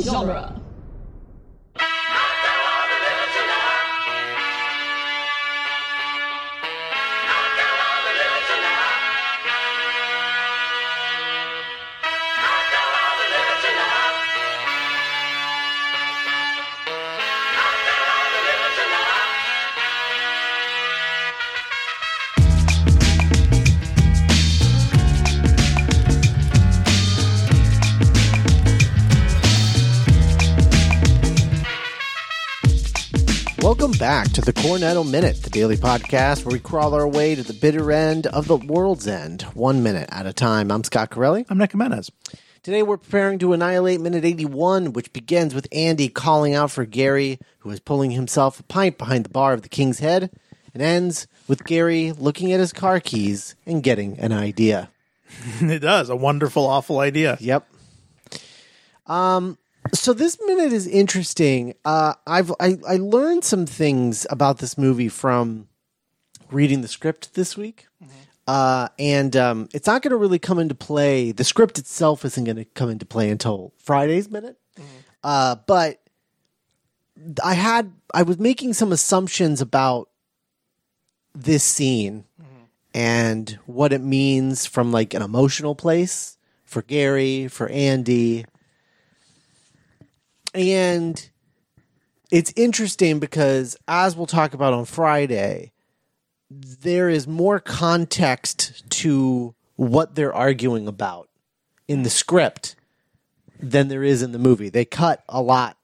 genre. Welcome back to the Cornetto Minute, the daily podcast where we crawl our way to the bitter end of the world's end, one minute at a time. I'm Scott Corelli. I'm Nick Jimenez. Today we're preparing to annihilate minute 81, which begins with Andy calling out for Gary, who is pulling himself a pint behind the bar of the King's Head, and ends with Gary looking at his car keys and getting an idea. it does. A wonderful, awful idea. Yep. Um. So this minute is interesting. Uh, I've I, I learned some things about this movie from reading the script this week, uh, and um, it's not going to really come into play. The script itself isn't going to come into play until Friday's minute, uh, but I had I was making some assumptions about this scene and what it means from like an emotional place for Gary, for Andy. And it's interesting because as we'll talk about on Friday, there is more context to what they're arguing about in the script than there is in the movie. They cut a lot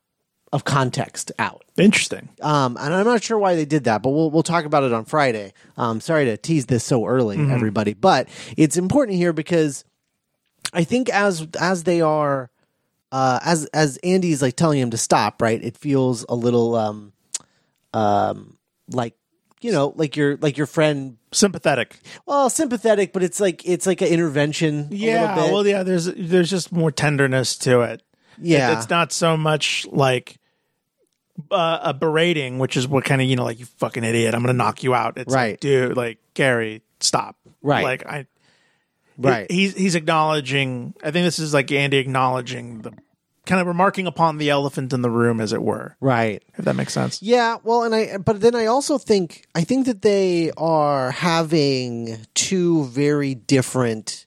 of context out. Interesting. Um, and I'm not sure why they did that, but we'll we'll talk about it on Friday. Um, sorry to tease this so early, Mm-hmm. everybody, but it's important here because I think as as they are, uh, as as Andy's like telling him to stop, right? It feels a little um, um, like you know, like your like your friend, Sympathetic. well, sympathetic, but it's like it's like an intervention. a Yeah. little bit. Well, yeah. There's there's just more tenderness to it. yeah, It's not so much like uh, a berating, which is what kind of you know, like you fucking idiot, I'm gonna knock you out. It's Right. like, dude, like Gary, stop. Right. Like I. right. He's he's acknowledging. I think this is like Andy acknowledging the kind of remarking upon the elephant in the room, as it were. right. If that makes sense. Yeah, well, and I but then I also think I think that they are having two very different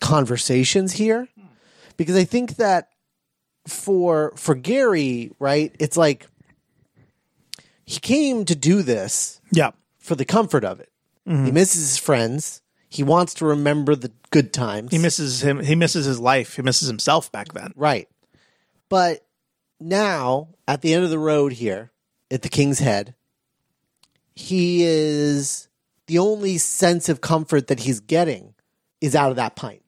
conversations here because I think that for for Gary, right? It's like he came to do this Yeah. for the comfort of it. He misses his friends. He wants to remember the good times. He misses him. He misses his life. He misses himself back then. Right. But now, at the end of the road here, at the King's Head, he is the only sense of comfort that he's getting is out of that pint.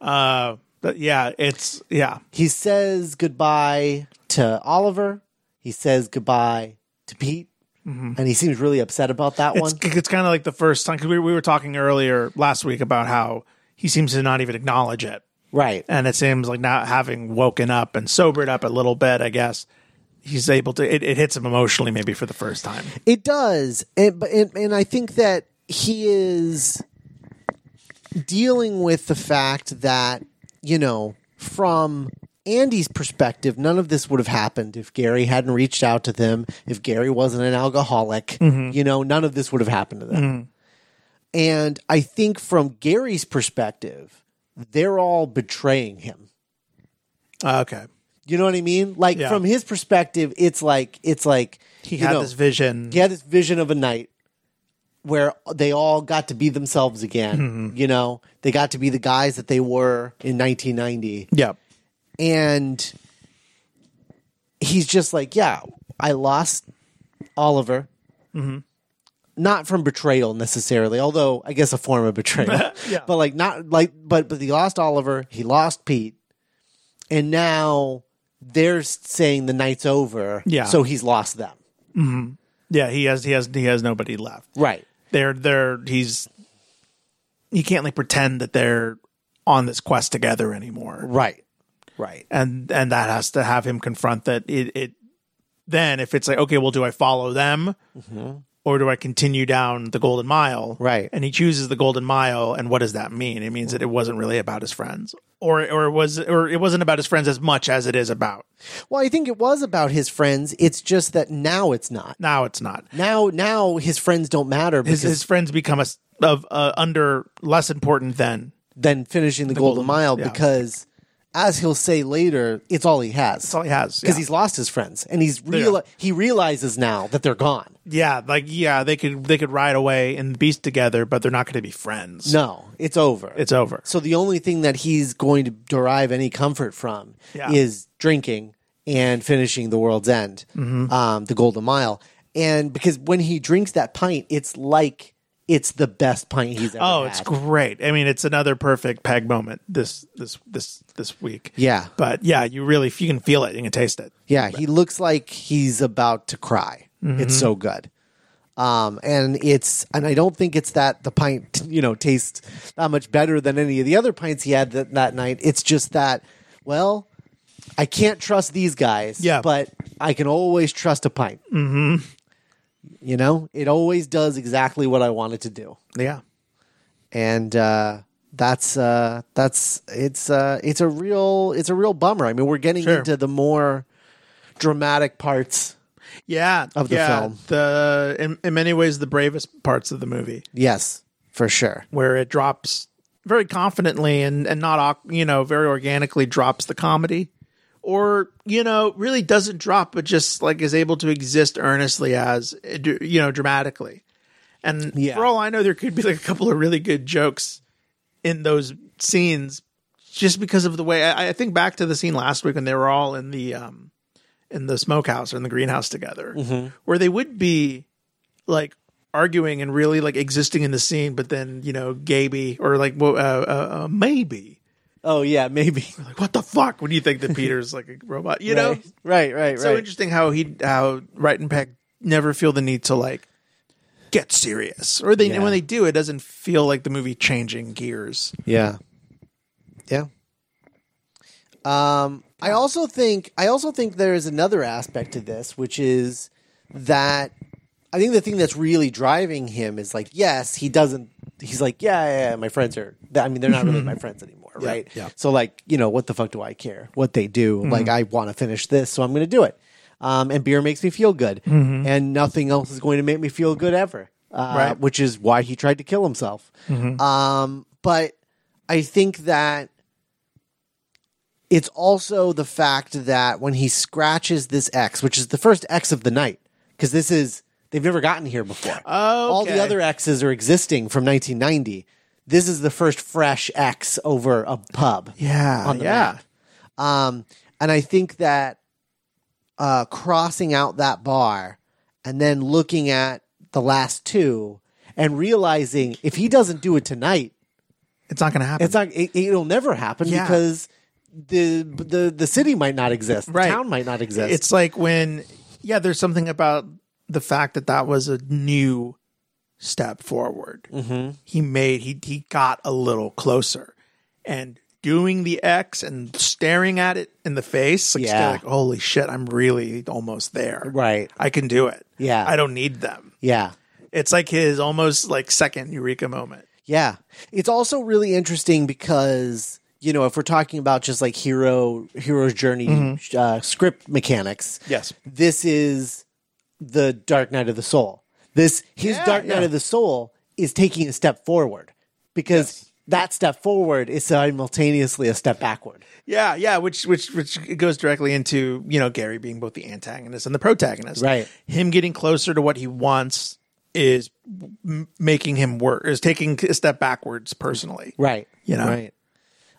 Uh, but yeah, it's yeah, He says goodbye to Oliver. He says goodbye to Pete. And he seems really upset about that it's one. it's kind of like the first time because we we were talking earlier last week about how he seems to not even acknowledge it, Right. and it seems like now having woken up and sobered up a little bit, I guess he's able to. It, it hits him emotionally maybe for the first time. It does, and but and, and I think that he is dealing with the fact that you know from Andy's perspective, none of this would have happened if Gary hadn't reached out to them. If Gary wasn't an alcoholic, Mm-hmm. you know, none of this would have happened to them. And I think from Gary's perspective, they're all betraying him. Uh, okay, You know what I mean? Like Yeah. from his perspective, it's like it's like he you had know, this vision. he had this vision of a night where they all got to be themselves again. Mm-hmm. You know, they got to be the guys that they were in 1990, Yeah, and he's just like, yeah, I lost Oliver. Mm-hmm. Not from betrayal necessarily, although I guess a form of betrayal. Yeah. But like not like but but he lost Oliver, he lost Pete, and now they're saying the night's over. Yeah. So he's lost them. yeah. He has he has he has nobody left. Right. They're they're he's he can't like pretend that they're on this quest together anymore. Right. Right. and and that has to have him confront that it, it then if it's like okay well do i follow them or do i continue down the golden mile Mm-hmm. Right. and he chooses the golden mile and what does that mean it means that it wasn't really about his friends or or was or it wasn't about his friends as much as it is about Well, I think it was about his friends. It's just that now it's not. now it's not Now, now his friends don't matter because his his friends become a s- of uh, under less important than than finishing the, Golden, Golden- Mile yeah. because, as he'll say later, it's all he has that's all he has because yeah. he's lost his friends and he's real. He realizes now that they're gone. yeah like yeah they could they could ride away and beast together but they're not going to be friends No, it's over. it's over so the only thing that he's going to derive any comfort from Yeah. is drinking and finishing the world's end, Mm-hmm. um, the Golden Mile. And because when he drinks that pint, it's like it's the best pint he's ever oh had. it's great i mean it's another perfect peg moment this this this this week Yeah. but yeah you really if you can feel it you can taste it Yeah, he looks like he's about to cry. It's so good. Um, and it's and I don't think it's that the pint you know tastes that much better than any of the other pints he had that, that night. It's just that well, I can't trust these guys. Yeah. but I can always trust a pint. Mm-hmm. You know, it always does exactly what I want it to do, yeah and uh, that's uh, that's it's uh, it's a real it's a real bummer. I mean, we're getting Sure. into the more dramatic parts yeah of the yeah, film. the in, in many ways the bravest parts of the movie Yes, for sure. where it drops very confidently and and not au- you know very organically drops the comedy or you know really doesn't drop but just like is able to exist earnestly as uh, d- you know dramatically and Yeah. for all i know there could be like a couple of really good jokes in those scenes just because of the way i, I think back to the scene last week when they were all in the um in the smokehouse or in the greenhouse together where they would be like arguing and really like existing in the scene, but then you know, Gaby or like well, uh, uh, uh, maybe Oh yeah, maybe. like what the fuck? What do you think that Peter's like a robot? You know, right, right, right. so right. interesting how he how Wright and Peck never feel the need to like get serious, or they Yeah. and when they do, it doesn't feel like the movie changing gears. yeah, yeah. Um, I also think I also think there is another aspect to this, which is that I think the thing that's really driving him is like, yes, he doesn't. He's like, yeah, yeah, yeah, my friends are. I mean, they're not really my friends anymore, right? yeah. Mm-hmm. So like, you know, what the fuck do I care what they do? Like, I want to finish this, so I'm going to do it. Um, and beer makes me feel good, and nothing else is going to make me feel good ever. Uh, Mm-hmm. Right. Which is why he tried to kill himself. Um, but I think that it's also the fact that when he scratches this X, which is the first X of the night, because this is they've never gotten here before. All the other X's are existing from 1990. This is the first fresh X over a pub. Yeah, on the yeah, map. Um, and I think that uh, crossing out that bar and then looking at the last two and realizing if he doesn't do it tonight, it's not gonna happen. it's not. It, it'll never happen Yeah. because the the the city might not exist. Right. The town might not exist. It's like when, yeah, there's something about the fact that that was a new step forward. Mm-hmm. He made he he got a little closer, and doing the X and staring at it in the face, like, Yeah. yeah. like holy shit, I'm really almost there. right. I can do it. Yeah. I don't need them. Yeah. It's like his almost like second eureka moment. Yeah. It's also really interesting because, you know, if we're talking about just like hero hero's journey uh, script mechanics, Mm-hmm. Yes. this is the Dark Knight of the Soul. This his Yeah, Dark Knight yeah. of the Soul is taking a step forward because that step forward is simultaneously a step backward. Yeah, yeah, which which which goes directly into you know Gary being both the antagonist and the protagonist. Right. Him getting closer to what he wants is m- making him work is taking a step backwards personally. Right. You know? Right.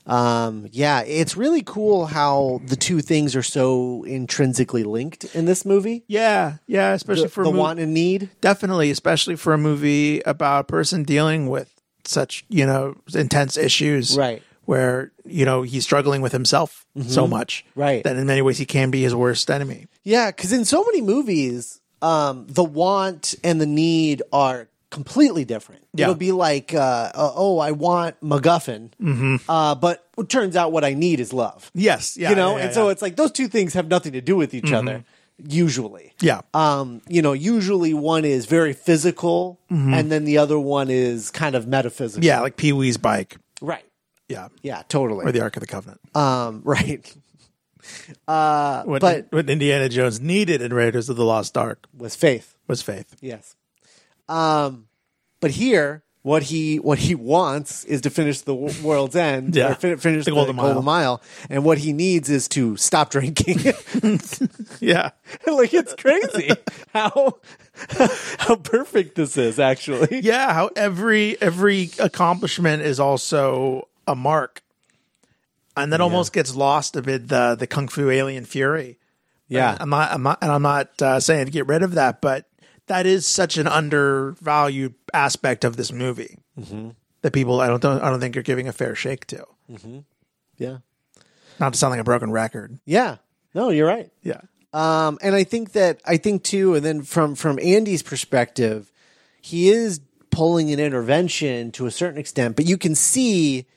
Um, yeah, it's really cool how the two things are so intrinsically linked in this movie. Yeah, yeah, especially for a the mov- want and need. definitely, especially for a movie about a person dealing with such you know intense issues. Right. Mm-hmm. Where you know he's struggling with himself so much. Right. That in many ways he can be his worst enemy. Yeah, because in so many movies, um, the want and the need are completely different. Yeah. It'll be like, uh, uh, oh, I want MacGuffin, uh, but it turns out what I need is love. Mm-hmm. Yes. Yeah. you know, yeah, yeah, and so yeah. Mm-hmm. it's like those two things have nothing to do with each other. Usually, Yeah. Uh, Um, you know, usually one is very Mm-hmm. physical, and then the other one is kind of metaphysical. yeah, like Pee Wee's bike. right. Yeah. Yeah, totally. Or the Ark of the Covenant. um, right. Uh, What, but what Indiana Jones needed in Raiders of the Lost Ark with faith. was faith. Yes. Um, but here, what he what he wants is to finish the wo- world's end, Yeah. or fin- finish the, golden, Golden mile. and what he needs is to stop drinking. Yeah. like it's crazy how how perfect this is. Actually, Yeah, how every every accomplishment is also a mark. And that almost gets lost amid the the Kung Fu Alien Fury. yeah, I'm not I'm not and I'm not uh, saying to get rid of that, but that is such an undervalued aspect of this movie that people I don't I don't think are giving a fair shake to. yeah, Not to sound like a broken record. yeah. No, you're right. Yeah. Um, and I think that I think too, and then from from Andy's perspective, he is pulling an intervention to a certain extent, but you can see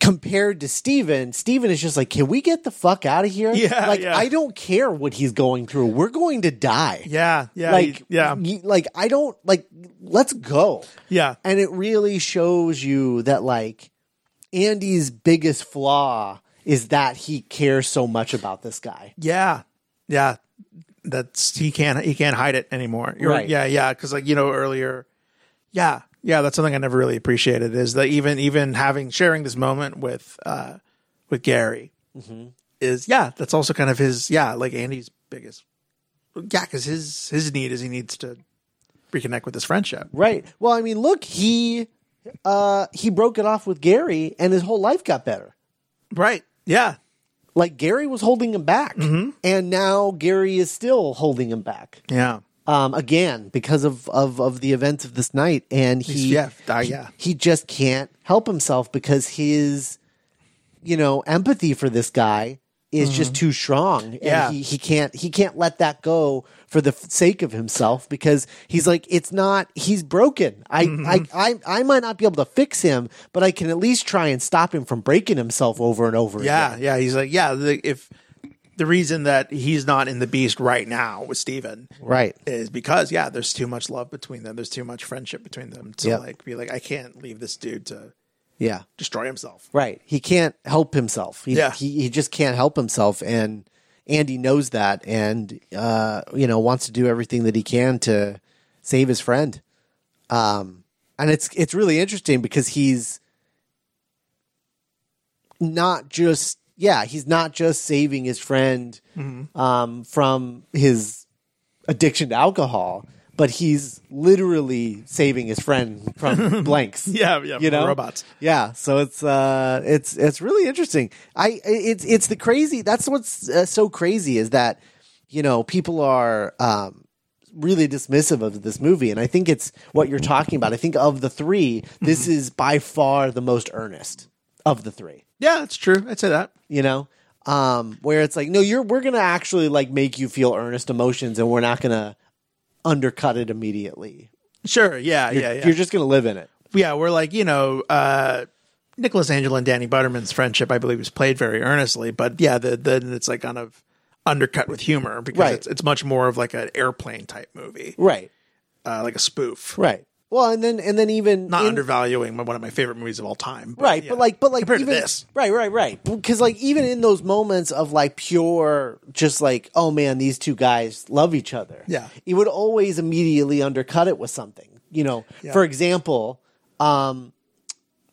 compared to Steven, Steven is just like, Can we get the fuck out of here? Yeah, Like yeah. I don't care what he's going through. We're going to die. Yeah. Yeah. Like yeah. y- like I don't like let's go. Yeah. And it really shows you that like Andy's biggest flaw is that he cares so much about this guy. Yeah, yeah. That's he can't he can't hide it anymore. You're, Right. Yeah, yeah. Because like you know earlier, yeah, yeah. That's something I never really appreciated is that even even having sharing this moment with uh with Gary is yeah. That's also kind of his yeah like Andy's biggest yeah because his his need is he needs to reconnect with his friendship. Right. Well, I mean, look, he uh he broke it off with Gary and his whole life got better. Right. Yeah. Like Gary was holding him back and now Gary is still holding him back. Yeah. Um again because of of of the events of this night and he yeah. Uh, yeah. he just can't help himself because his you know, empathy for this guy is just too strong Mm-hmm. Yeah. and he, he can't he can't let that go for the f- sake of himself because he's like it's not he's broken I, Mm-hmm. I I I might not be able to fix him but I can at least try and stop him from breaking himself over and over Yeah, again. yeah. He's like, yeah. The, if the reason that he's not in the Beast right now with Steven right is because yeah, there's too much love between them. There's too much friendship between them to Yep. like be like, I can't leave this dude to yeah destroy himself. right he can't help himself he, Yeah. he he just can't help himself and Andy knows that and uh you know wants to do everything that he can to save his friend um and it's it's really interesting because he's not just yeah he's not just saving his friend um, from his addiction to alcohol but he's literally saving his friend from blanks Yeah, yeah. you know robots. yeah so it's uh it's it's really interesting i it's it's the crazy that's what's uh, so crazy is that you know people are um really dismissive of this movie and i think it's what you're talking about i think of the three this Mm-hmm. is by far the most earnest of the three Yeah, that's true. I'd say that. you know um where it's like no you're we're gonna actually like make you feel earnest emotions and we're not gonna undercut it immediately Sure. Yeah, yeah, yeah. you're just gonna live in it yeah, we're like you know. uh Nicholas Angel and Danny Butterman's friendship, I believe, is played very earnestly, but yeah, the- then it's like kind of undercut with humor because Right. it's, it's much more of like an airplane type movie, right uh, like a spoof. right well and then and then even not in- undervaluing my- one of my favorite movies of all time. But right yeah. but like but like Compared to even this. right right right because like even in those moments of like pure just like oh man these two guys love each other Yeah. you would always immediately undercut it with something you know for example when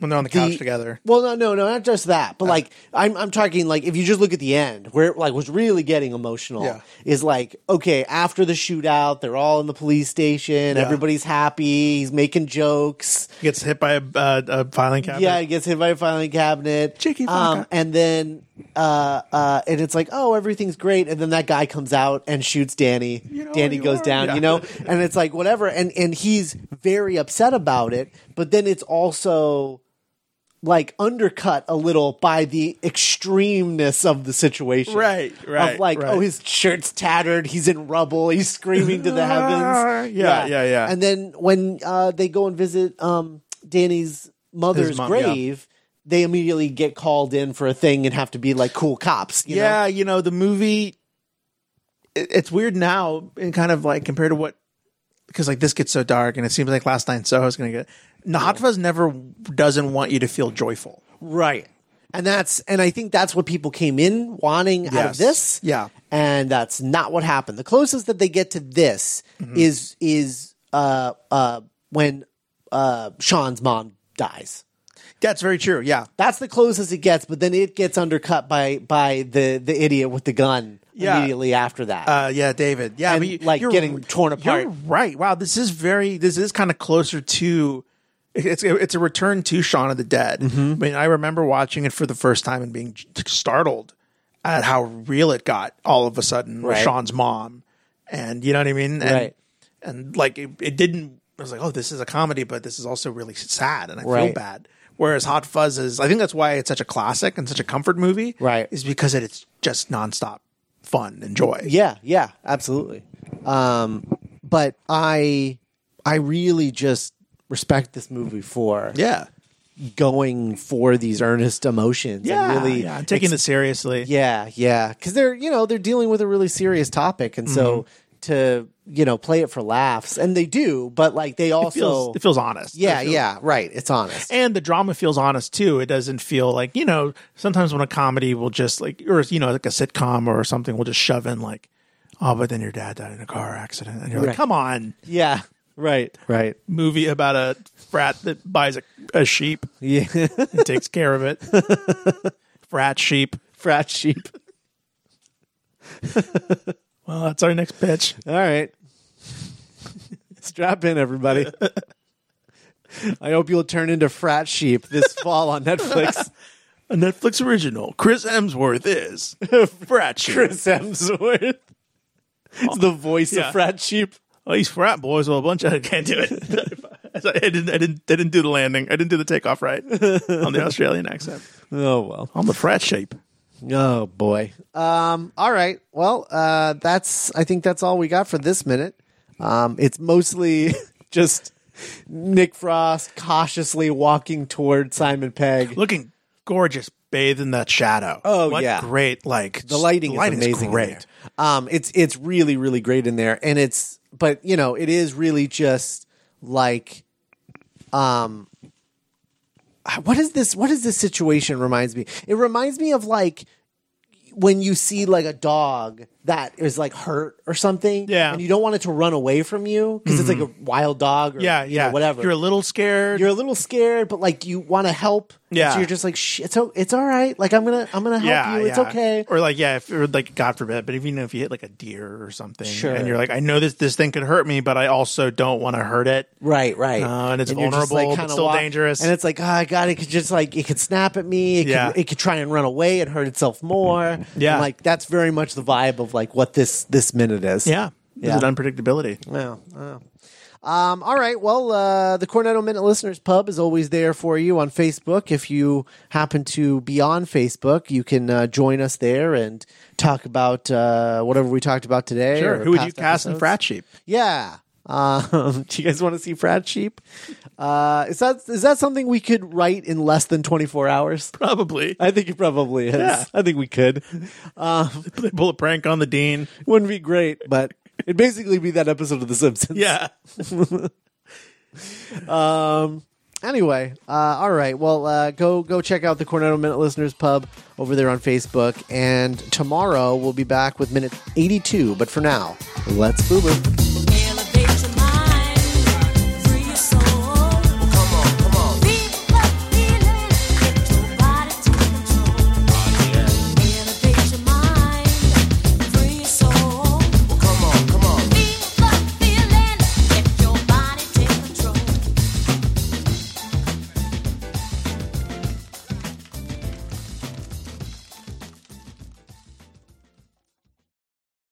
they're on the couch together. Uh. Well, no, no, no, not just that, but like I'm, I'm talking like if you just look at the end where it, like was really getting emotional Yeah. is like okay after the shootout they're all in the police station everybody's happy he's making jokes He gets hit by a, uh, a filing cabinet. yeah he gets hit by a filing cabinet Cheeky um, fucker. and then uh uh and it's like oh everything's great and then that guy comes out and shoots Danny know Danny who you goes are. down Yeah. you know and it's like whatever and and he's very upset about it but then it's also like undercut a little by the extremeness of the situation. Right, right, Of like, right. oh, his shirt's tattered, he's in rubble, he's screaming to the Ah, heavens. yeah, yeah, yeah. And then when uh, they go and visit um, Danny's mother's His mom, yeah. grave, they immediately get called in for a thing and have to be like cool cops. You yeah. You know the movie. It, it's weird now, and kind of like compared to what, because like this gets so dark, and it seems like Last Night in Soho is going to get. Nahatva's never doesn't want you to feel joyful. Right. And that's and I think that's what people came in wanting out of Yes. this. Yeah. And that's not what happened. The closest that they get to this Mm-hmm. is is uh uh when uh Sean's mom dies. That's very true. Yeah. That's the closest it gets, but then it gets undercut by by the the idiot with the gun Yeah. immediately after that. Uh, yeah, David. Yeah, And, but you- like, you're- getting torn apart. You're right. Wow, this is very. This is kind of closer to. It's it's a return to Shaun of the Dead. Mm-hmm. I mean, I remember watching it for the first time and being startled at how real it got all of a sudden with Right. Sean's mom, and you know what I mean. And, Right. And like it, it didn't. I was like, oh, this is a comedy, but this is also really sad, and I Right. feel bad. Whereas Hot Fuzz is, I think that's why it's such a classic and such a comfort movie, Right. Is because it, it's just nonstop fun and joy. Yeah, yeah, absolutely. Um, but I, I really just respect this movie for Yeah. going for these earnest emotions. Yeah. and really, yeah. I'm taking this seriously. yeah, yeah, because they're you know they're dealing with a really serious topic, and so Mm-hmm. to you know play it for laughs, and they do, but like they It feels, also, it feels honest. yeah, It feels- yeah, right. It's honest. And the drama feels honest too. It doesn't feel like, you know, sometimes when a comedy will just like, or, you know, like a sitcom or something will just shove in like, oh, but then your dad died in a car accident. And you're Right. like, come on, yeah, right, right. movie about a frat that buys a, a sheep Yeah, and takes care of it. frat sheep. frat sheep. Well, Oh, that's our next pitch. All right. Strap in, everybody. I hope you'll turn into frat sheep this fall on Netflix. A Netflix original. Chris Emsworth is frat sheep. Chris Hemsworth. It's the voice Yeah. of frat sheep. Well, Oh, these frat boys will a bunch of. I can't do it. I didn't. I didn't. I didn't do the landing. I didn't do the takeoff right on the Australian accent. Oh well. I'm the frat shape. Oh boy. Um, all right. Well, uh, that's I think that's all we got for this minute. Um, it's mostly just Nick Frost cautiously walking toward Simon Pegg. Looking gorgeous, bathed in that shadow. Oh, What yeah. great like the lighting, is amazing. in great. there. Um, it's it's really really great in there, and it's but you know it is really just like, um, what is this? What is this situation? Reminds me. It reminds me of like when you see like a dog that is like hurt or something, Yeah. Mm-hmm. and you don't want it to run away from you because it's like a wild dog, or, Yeah, you know, yeah. whatever. You're a little scared. You're a little scared, but like you want to help. Yeah. so you're just like, Shh, it's o- it's all right. Like I'm gonna I'm gonna help yeah, you. It's yeah. okay. Or like, yeah, if or like God forbid, but even if you hit like a deer or something, Sure. and you're like, I know this this thing could hurt me, but I also don't want to hurt it. Right, right. Uh, and it's you're just, vulnerable, but kinda still dangerous. And it's like, oh god, it could just like it could snap at me. It Yeah. Mm-hmm. could it could try and run away and hurt itself more. Yeah. And, like that's very much the vibe of like what this this minute is. Yeah, there's Yeah. an unpredictability. Wow. wow. Um, all right. Well, uh, the Cornetto Minute Listeners Pub is always there for you on Facebook. If you happen to be on Facebook, you can uh, join us there and talk about uh, whatever we talked about today. Sure. or Who would you past cast in episodes. frat sheep? Yeah. Um, do you guys want to see Frat Sheep? Uh, is that is that something we could write in less than 24 hours? Probably. I think it probably is. Yeah. I think we could. They pull a prank on the dean. Wouldn't be great, but it'd basically be that episode of The Simpsons. Yeah. Anyway, uh, all right. Well, uh, go go check out the Cornetto Minute Listeners Pub over there on Facebook. And tomorrow we'll be back with minute 82. But for now, let's boo boo.